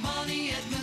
money at Menards.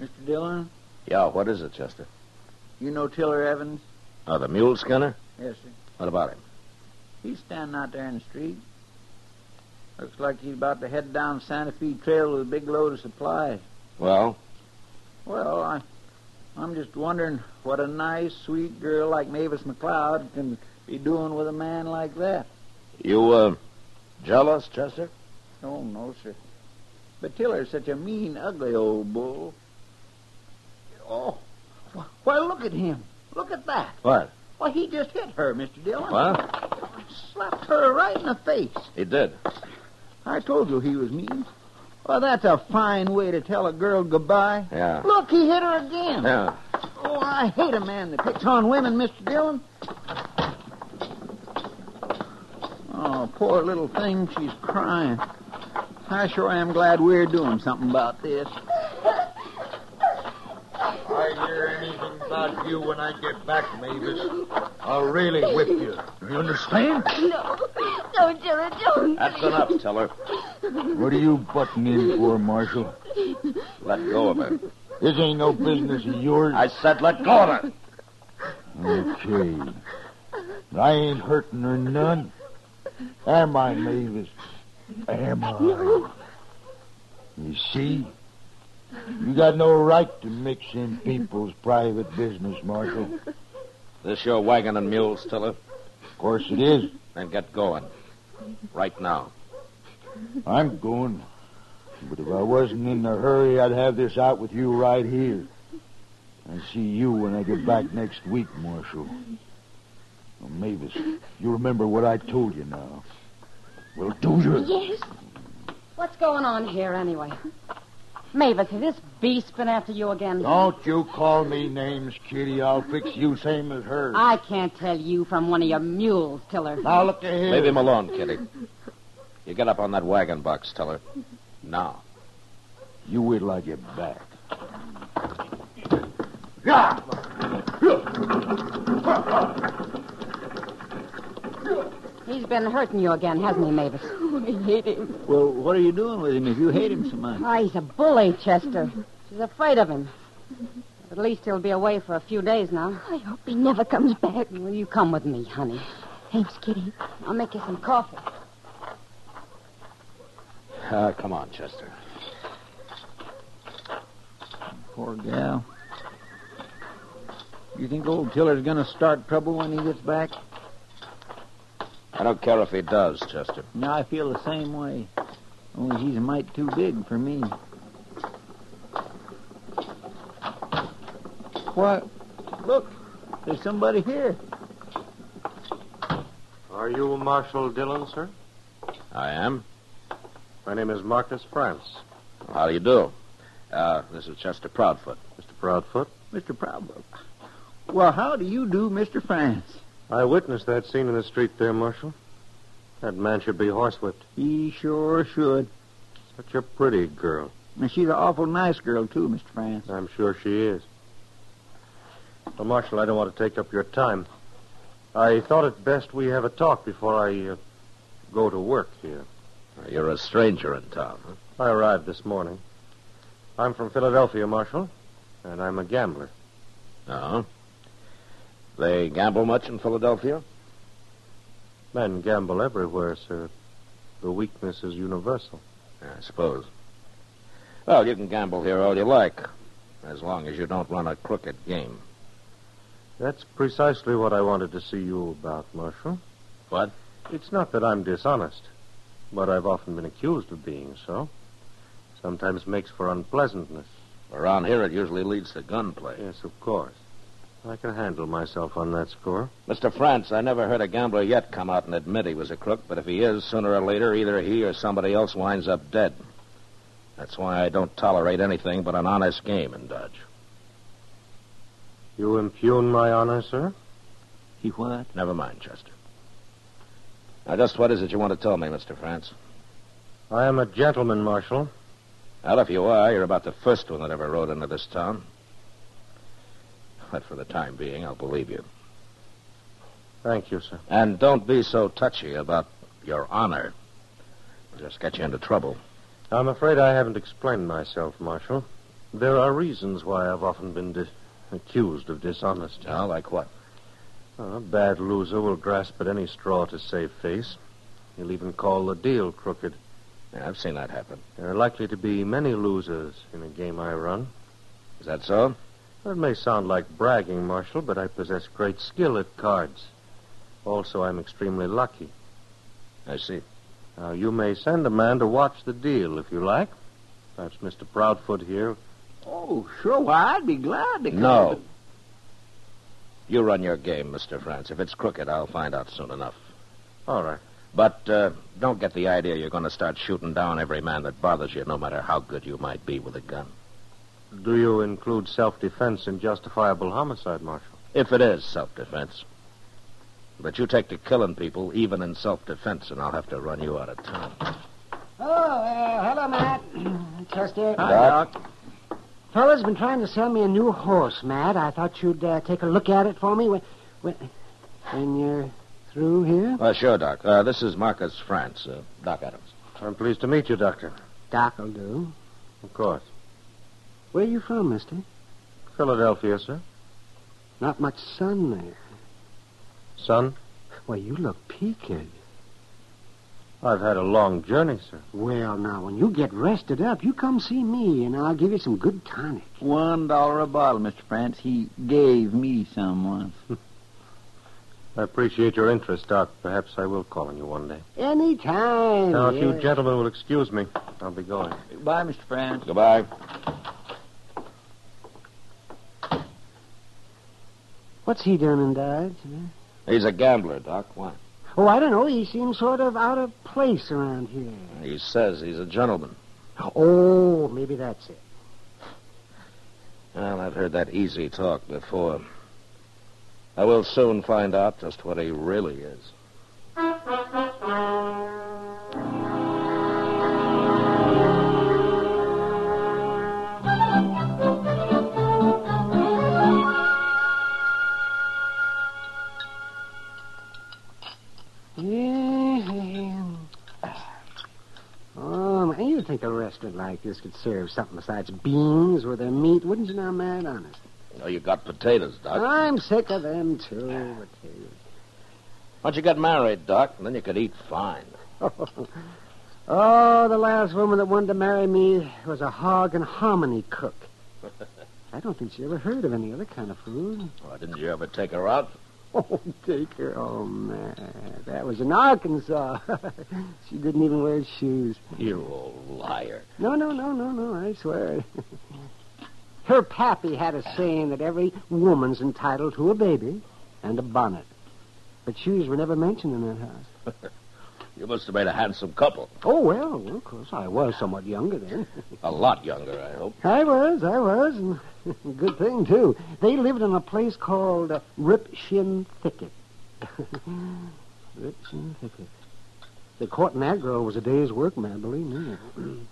Mr. Dillon, Yeah, what is it, Chester? you know Tiller Evans? Oh, the mule skinner? Yes, sir. What about him? He's standing out there in the street. Looks like he's about to head down Santa Fe Trail with a big load of supplies. Well, Well, I, I'm just wondering what a nice, sweet girl like Mavis McLeod can be doing with a man like that. you, uh, jealous, Chester? Oh, no, sir. But Tiller's such a mean, ugly old bull. Oh, wh- why, look at him. Look at that. What? Why, he just hit her, Mr. Dillon. What? Slapped her right in the face. He did. I told you he was mean. Well, that's a fine way to tell a girl goodbye. Yeah. Look, he hit her again. Yeah. Oh, I hate a man that picks on women, Mr. Dillon. Oh, poor little thing, she's crying. I sure am glad we're doing something about this. I hear anything about you when I get back, Mavis, I'll really whip you. You understand? No, no, Dillon, don't. That's enough, Teller. What are you butting in for, Marshal? Let go of her. This ain't no business of yours. I said let go of her. Okay. I ain't hurting her none. Am I, Mavis? Am I? You see? You got no right to mix in people's private business, Marshal. This your wagon and mules, Teller? Of course it is. Then get going. Right now. I'm going. But if I wasn't in a hurry, I'd have this out with you right here. I see you when I get back next week, Marshal. Well, Mavis, you remember what I told you now. Well, do you? Yes. What's going on here anyway? Mavis, has this beast been after you again? Oh. Don't you call me names, Kitty. I'll fix you same as her. I can't tell you from one of your mules, Tiller. Now look at here. Leave him alone, Kitty. You get up on that wagon box, Teller. Now. You wait till I get back. He's been hurting you again, hasn't Oh, he, Mavis? I hate him. Well, what are you doing with him if you hate him so much? Oh, he's a bully, Chester. She's afraid of him. At least he'll be away for a few days now. I hope he never comes back. Will you come with me, honey? Thanks, Kitty. I'll make you some coffee. Uh, come on, Chester. Poor gal. You think old Tiller's going to start trouble when he gets back? I don't care if he does, Chester. No, I feel the same way. Only he's a mite too big for me. What? Look, there's somebody here. Are you Marshal Dillon, sir? I am. My name is Marcus France. How do you do? Uh, this is Chester Proudfoot. Mr. Proudfoot, Mr. Problem. Well, how do you do, Mr. France? I witnessed that scene in the street there, Marshal. That man should be horsewhipped. He sure should. Such a pretty girl. And she's an awful nice girl, too, Mr. France. I'm sure she is. Well, Marshal, I don't want to take up your time. I thought it best we have a talk before I uh, go to work here. You're a stranger in town. Huh? I arrived this morning. I'm from Philadelphia, Marshal, and I'm a gambler. No. Uh-huh. They gamble much in Philadelphia? Men gamble everywhere, sir. The weakness is universal. I suppose. Well, you can gamble here all you like, as long as you don't run a crooked game. That's precisely what I wanted to see you about, Marshal. What? It's not that I'm dishonest, but I've often been accused of being so. Sometimes makes for unpleasantness. Around here, it usually leads to gunplay. Yes, of course. I can handle myself on that score. Mr. France, I never heard a gambler yet come out and admit he was a crook, but if he is, sooner or later, either he or somebody else winds up dead. That's why I don't tolerate anything but an honest game in Dodge. You impugn my honor, sir? He what? Never mind, Chester. Now, just what is it you want to tell me, Mr. France? I am a gentleman, Marshal. Well, if you are, you're about the first one that ever rode into this town. But for the time being, I'll believe you. Thank you, sir. And don't be so touchy about your honor. It'll just get you into trouble. I'm afraid I haven't explained myself, Marshal. There are reasons why I've often been dis- accused of dishonesty. Now, Ah, like what? A bad loser will grasp at any straw to save face. He'll even call the deal crooked. Yeah, I've seen that happen. There are likely to be many losers in a game I run. Is that so? It may sound like bragging, Marshal, but I possess great skill at cards. Also, I'm extremely lucky. I see. Now, you may send a man to watch the deal if you like. Perhaps Mr. Proudfoot here. Oh, sure. Why, I'd be glad to come. No. You run your game, Mr. France. If it's crooked, I'll find out soon enough. All right. But uh, don't get the idea you're going to start shooting down every man that bothers you, no matter how good you might be with a gun. Do you include self defense in justifiable homicide, Marshal? If it is self defense. But you take to killing people, even in self defense, and I'll have to run you out of town. Oh, uh, hello, Matt. Chester. Doc. Fella's been trying to sell me a new horse, Matt. I thought you'd uh, take a look at it for me when, when, when you're through here. Uh, sure, Doc. Uh, this is Marcus France, uh, Doc Adams. I'm pleased to meet you, Doctor. Doc'll do. Of course. Where you from, mister? Philadelphia, sir. Not much sun there. Son, Well, you look peaked. I've had a long journey, sir. Well, now, when you get rested up, you come see me, and I'll give you some good tonic. One dollar a bottle, Mr. France. He gave me some once. I appreciate your interest, Doc. Perhaps I will call on you one day. Any time. Now, if you yeah. gentlemen will excuse me, I'll be going. Goodbye, Mr. France. Goodbye. What's he doing in Dodge? huh? He's a gambler, Doc. Why? Oh, I don't know. He seems sort of out of place around here. He says he's a gentleman. Oh, maybe that's it. Well, I've heard that easy talk before. I will soon find out just what he really is. Yeah. Oh, man, you'd think a restaurant like this could serve something besides beans with their meat, wouldn't you now, man? Honest. Oh, you got potatoes, Doc. I'm sick of them, too. potatoes. Why don't you get married, Doc, and then you could eat fine. oh, the last woman that wanted to marry me was a hog and hominy cook. I don't think she ever heard of any other kind of food. Why didn't you ever take her out? Oh, take her. Oh, man. That was in Arkansas. she didn't even wear shoes. You old liar. No, no, no, no, no. I swear. Her pappy had a saying that every woman's entitled to a baby and a bonnet. But shoes were never mentioned in that house. You must have made a handsome couple. Oh, well, well, of course, I was somewhat younger then. A lot younger, I hope. I was, I was. And good thing, too. They lived in a place called uh, Rip Shin Thicket. Rip Shin Thicket. The court and that girl was a day's work, man, believe me.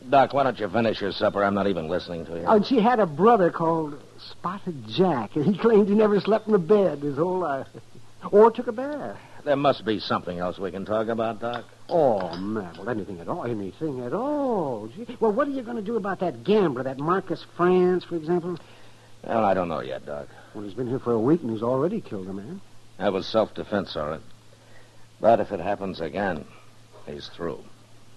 Doc, why don't you finish your supper? I'm not even listening to you. Oh, and she had a brother called Spotted Jack, and he claimed he never slept in a bed his whole life. Or took a bath. There must be something else we can talk about, Doc. Oh, man, well, anything at all, anything at all. Gee, Well, what are you going to do about that gambler, that Marcus France, for example? Well, I don't know yet, Doc. Well, he's been here for a week and he's already killed a man. That was self defense, all right. But if it happens again, he's through.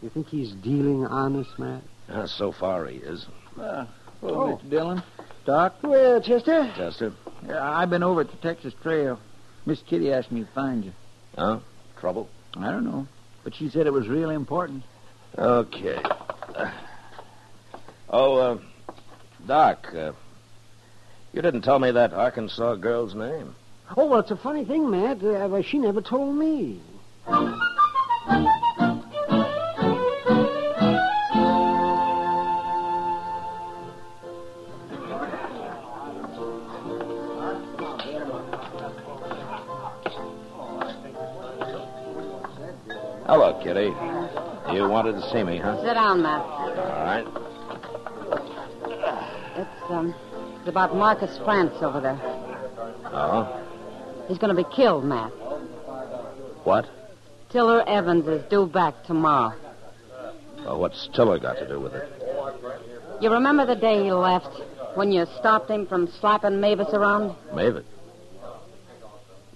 You think he's dealing honest, Matt? Uh, so far, he is. Well, Oh. Mr. Dillon, Doc, Well, Chester, Chester? uh, I've been over at the Texas Trail. Miss Kitty asked me to find you. Huh? Trouble? I don't know, but she said it was real important. Okay. Oh, uh, Doc, uh, you didn't tell me that Arkansas girl's name. Oh, well, it's a funny thing, Matt. Uh, well, she never told me. Hello, Kitty. You wanted to see me, huh? Sit down, Matt. All right. It's, um, it's about Marcus France over there. Oh? He's going to be killed, Matt. What? Tiller Evans is due back tomorrow. Well, what's Tiller got to do with it? You remember the day he left when you stopped him from slapping Mavis around? Mavis.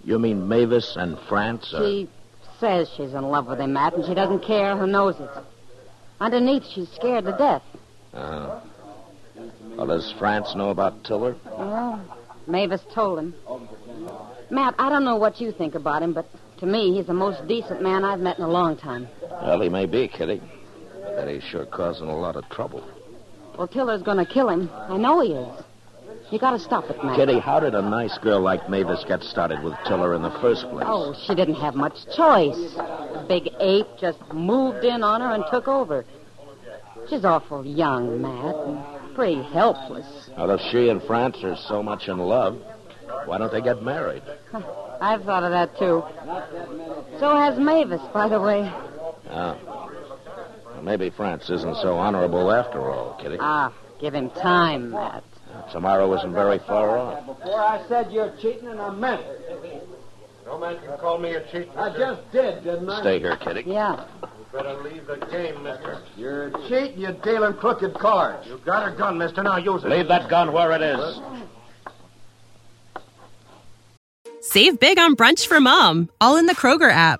You mean Mavis and France? Are... She says she's in love with him, Matt, and she doesn't care who knows it. Underneath, she's scared to death. Uh, well, does France know about Tiller? Well, Mavis told him. Matt, I don't know what you think about him, but to me, he's the most decent man I've met in a long time. Well, he may be, Kitty. But then he's sure causing a lot of trouble. Well, Tiller's going to kill him. I know he is. You got to stop it, Matt. Kitty, how did a nice girl like Mavis get started with Tiller in the first place? Oh, she didn't have much choice. The big ape just moved in on her and took over. She's awful young, Matt, and pretty helpless. Well, if she and France are so much in love, why don't they get married? I've thought of that, too. So has Mavis, by the way. Ah. Well, maybe France isn't so honorable after all, Kitty. Ah, give him time, Matt. Tomorrow isn't very far off. Before I said you're cheating, and I meant it. No man can call me a cheat. I just did, didn't I? Stay here, Kitty. Yeah. You better leave the game, mister. You're cheating, you're dealing crooked cards. You got a gun, mister. Now use it. Leave that gun where it is. Save big on brunch for mom, all in the Kroger app.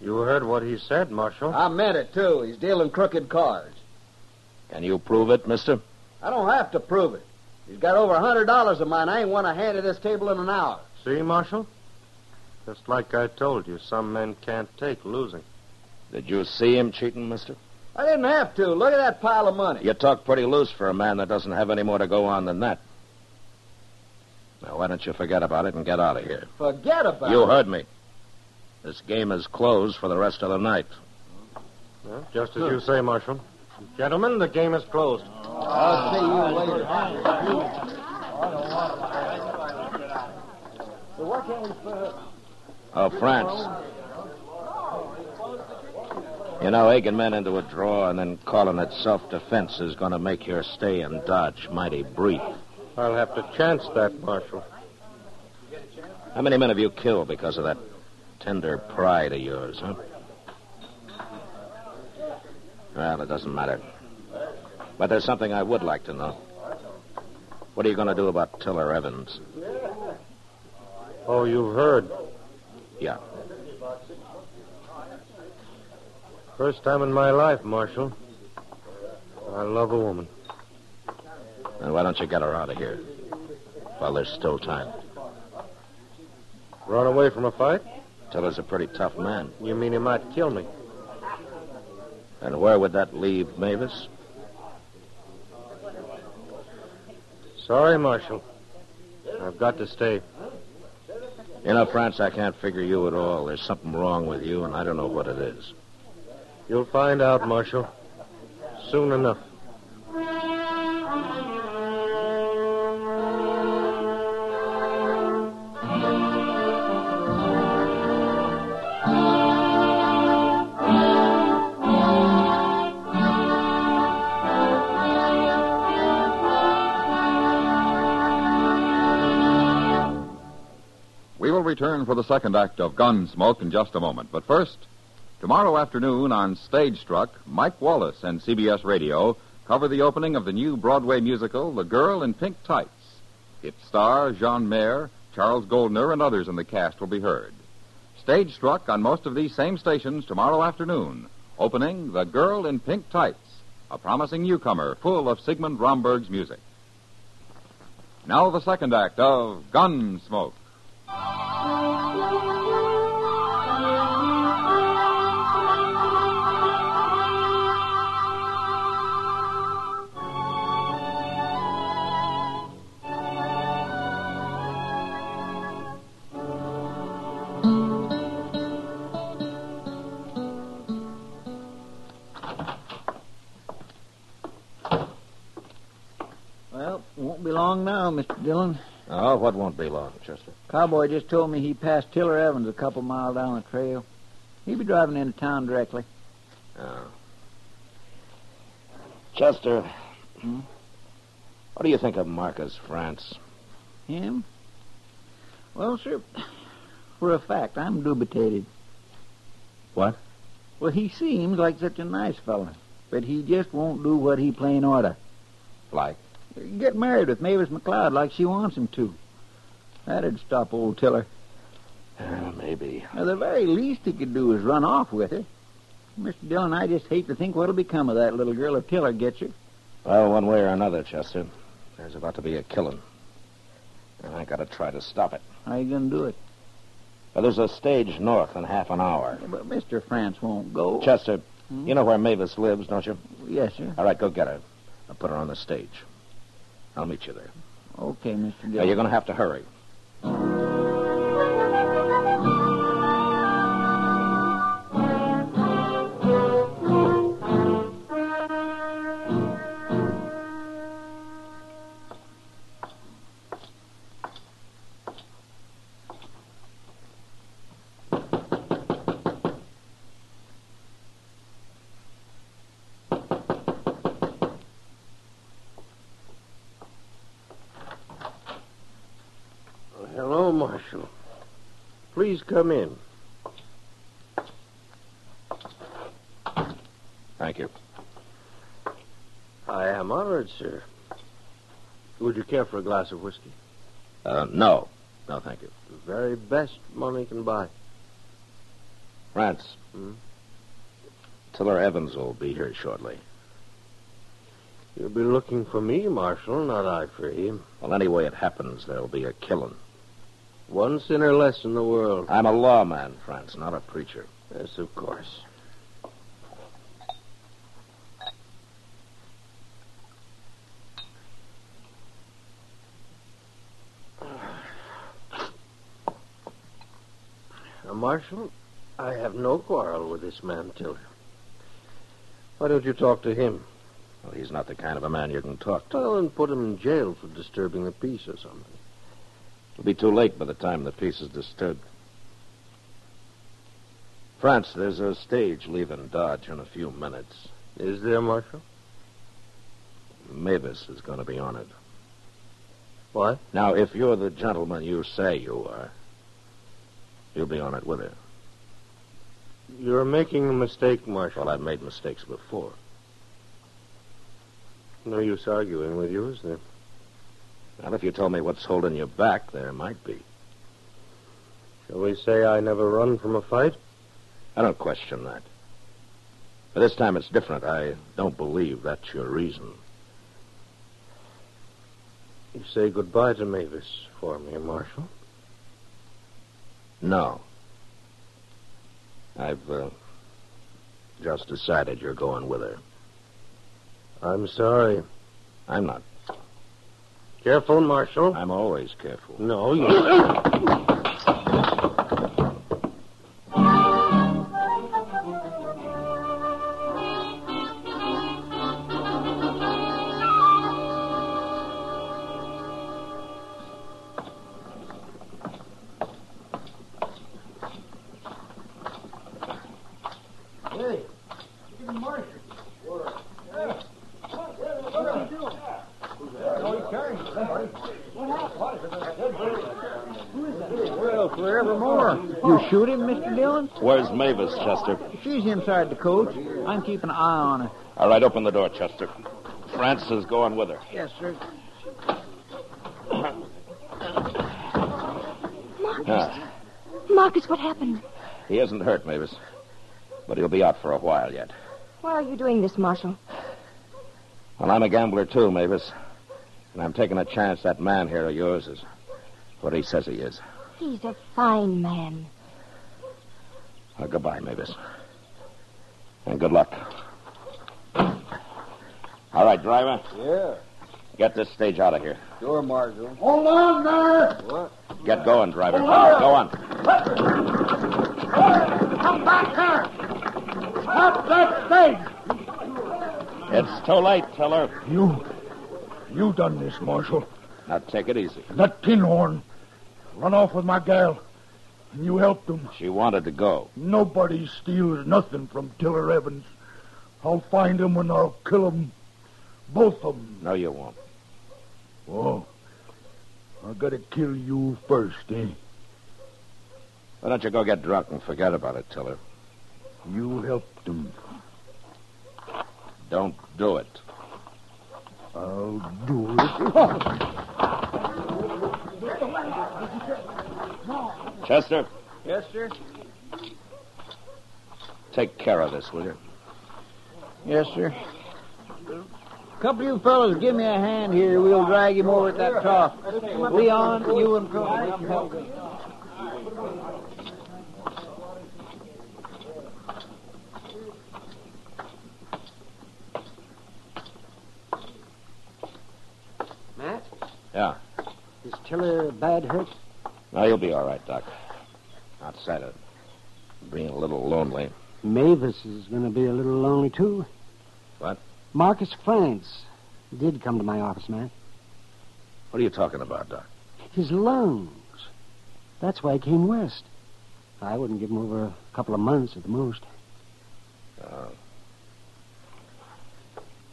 You heard what he said, Marshal. I meant it, too. He's dealing crooked cards. Can you prove it, mister? I don't have to prove it. He's got over a hundred dollars of mine. I ain't one to hand at this table in an hour. See, Marshal? Just like I told you, some men can't take losing. Did you see him cheating, mister? I didn't have to. Look at that pile of money. You talk pretty loose for a man that doesn't have any more to go on than that. Now, why don't you forget about it and get out of here? Forget about You it. heard me. This game is closed for the rest of the night. Well, just as you say, Marshal. Gentlemen, the game is closed. I'll see you later. Oh, France. You know, egging men into a draw and then calling it self defense is going to make your stay in Dodge mighty brief. I'll have to chance that, Marshal. How many men have you killed because of that tender pride of yours, huh? Well, it doesn't matter. But there's something I would like to know. What are you going to do about Tiller Evans? Oh, you've heard. Yeah. First time in my life, Marshal. I love a woman. Then why don't you get her out of here? While there's still time. Run away from a fight? Tiller's a pretty tough man. You mean he might kill me? And where would that leave Mavis? Sorry, Marshal. I've got to stay. You know, France, I can't figure you at all. There's something wrong with you, and I don't know what it is. You'll find out, Marshal. Soon enough. We will return for the second act of Gunsmoke in just a moment. But first, tomorrow afternoon on Stage Struck, Mike Wallace and CBS Radio cover the opening of the new Broadway musical, The Girl in Pink Tights. Its star, Jean Mayer, Charles Goldner, and others in the cast will be heard. Stage Struck on most of these same stations tomorrow afternoon, opening The Girl in Pink Tights, a promising newcomer full of Sigmund Romberg's music. Now the second act of Gunsmoke. Well, won't be long now, Mr. Dillon. Oh, what won't be long, Chester? Cowboy just told me he passed Tiller Evans a couple mile down the trail. He'd be driving into town directly. Oh. Chester, hmm? what do you think of Marcus France? Him? Well, sir, for a fact, I'm dubitated. What? Well, he seems like such a nice fella, but he just won't do what he plain oughta. Like? Get married with Mavis McLeod like she wants him to. That'd stop old Tiller. Uh, maybe. Now, the very least he could do is run off with her. Mr. Dillon, I just hate to think what'll become of that little girl if Tiller gets her. Well, one way or another, Chester, there's about to be a killing. And I gotta try to stop it. How you gonna do it? Now, there's a stage north in half an hour. But Mr. France won't go. Chester, you know where Mavis lives, don't you? Yes, sir. All right, go get her. I'll put her on the stage. I'll meet you there. Okay, Mr. Now, Dillon. you're going to have to hurry. Hello, Marshal. Please come in. Thank you. I am honored, sir. Would you care for a glass of whiskey? Uh, no. No, thank you. The very best money can buy. France. Hmm? Tiller Evans will be here shortly. You'll be looking for me, Marshal, not I for him. Well, any way it happens, there'll be a killing. One sinner less in the world. I'm a lawman, France, not a preacher. Yes, of course. Now, Uh, Marshal, I have no quarrel with this man, Tiller. Why don't you talk to him? Well, he's not the kind of a man you can talk to. Well, and put him in jail for disturbing the peace or something. It'll be too late by the time the peace is disturbed. France, there's a stage leaving Dodge in a few minutes. Is there, Marshal? Mavis is going to be on it. What? Now, if you're the gentleman you say you are, you'll be on it with her. You're making a mistake, Marshal. Well, I've made mistakes before. No use arguing with you, is there? Well, if you told me what's holding you back, there might be. Shall we say I never run from a fight? I don't question that. But this time it's different. I don't believe that's your reason. You say goodbye to Mavis for me, Marshal. No. I've uh, just decided you're going with her. I'm sorry. I'm not. Careful, Marshal. I'm always careful. No, you. Hey, give him Marshal. Well, forevermore. You shoot him, Mr. Dillon? Where's Mavis, Chester? She's inside the coach. I'm keeping an eye on her. All right, open the door, Chester. France is going with her. Yes, sir. Ah, Marcus, what happened? he isn't hurt, Mavis. But he'll be out for a while yet. Why are you doing this, Marshal? Well, I'm a gambler, too, Mavis. And I'm taking a chance that man here of yours is what he says he is. He's a fine man. Well, goodbye, Mavis. And good luck. All right, driver, Yeah, get this stage out of here. sure, Marshal. Hold on there! What? Get going, driver. Go on. Come back here! Stop that thing! It's too late, Tiller. You. You done this, Marshal. Now take it easy. That tinhorn. Run off with my gal. And you helped him. She wanted to go. Nobody steals nothing from Tiller Evans. I'll find him and I'll kill him. Both of them. No, you won't. Oh. I gotta kill you first, eh? Why don't you go get drunk and forget about it, Tiller? You helped him. Don't do it. I'll do it. Chester, Yes, sir. take care of this, will you? Yes, sir. A couple of you fellows, give me a hand here. We'll drag him over at that trough. Leon, you and Crook, help me. Matt, Yeah. is Tiller bad hurt? No, you'll be all right, Doc. Outside of being a little lonely. Mavis is going to be a little lonely, too. What? Marcus France did come to my office, Matt. What are you talking about, Doc? His lungs. That's why he came west. I wouldn't give him over a couple of months at the most.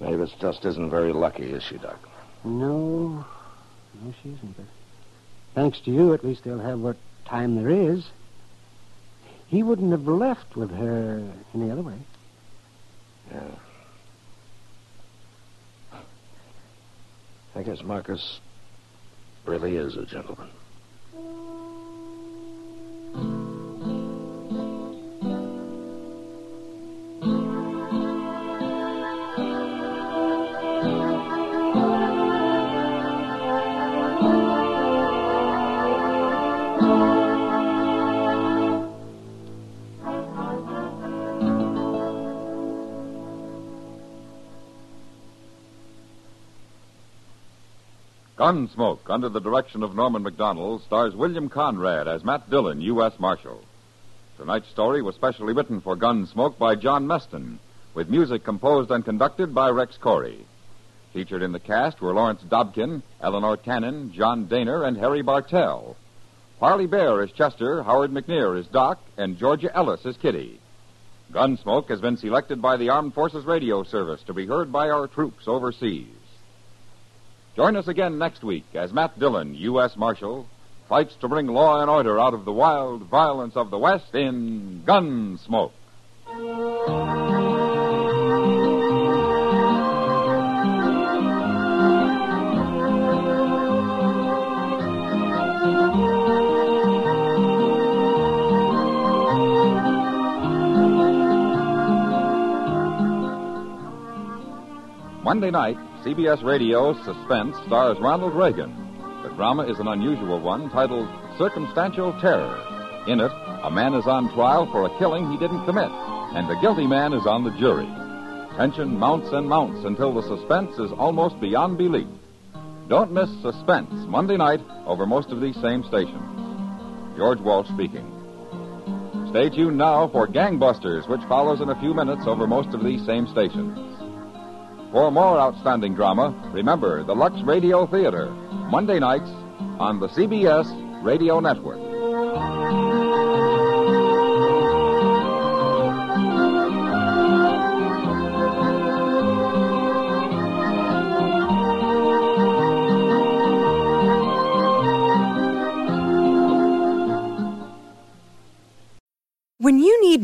Mavis just isn't very lucky, is she, Doc? No. No, she isn't. But thanks to you, at least they'll have what time there is. He wouldn't have left with her any other way. Yeah. I guess Marcus really is a gentleman. Gunsmoke, under the direction of Norman McDonald, stars William Conrad as Matt Dillon, U.S. Marshal. Tonight's story was specially written for Gunsmoke by John Meston, with music composed and conducted by Rex Corey. Featured in the cast were Lawrence Dobkin, Eleanor Cannon, John Daner, and Harry Bartell. Harley Bear is Chester, Howard McNear is Doc, and Georgia Ellis is Kitty. Gunsmoke has been selected by the Armed Forces Radio Service to be heard by our troops overseas. Join us again next week as Matt Dillon, U.S. Marshal, fights to bring law and order out of the wild violence of the West in Gunsmoke. Monday night, CBS Radio Suspense stars Ronald Reagan. The drama is an unusual one titled Circumstantial Terror. In it, a man is on trial for a killing he didn't commit, and the guilty man is on the jury. Tension mounts and mounts until the suspense is almost beyond belief. Don't miss Suspense Monday night over most of these same stations. George Walsh speaking. Stay tuned now for Gangbusters, which follows in a few minutes over most of these same stations. For more outstanding drama, remember the Lux Radio Theater, Monday nights on the CBS Radio Network. When you need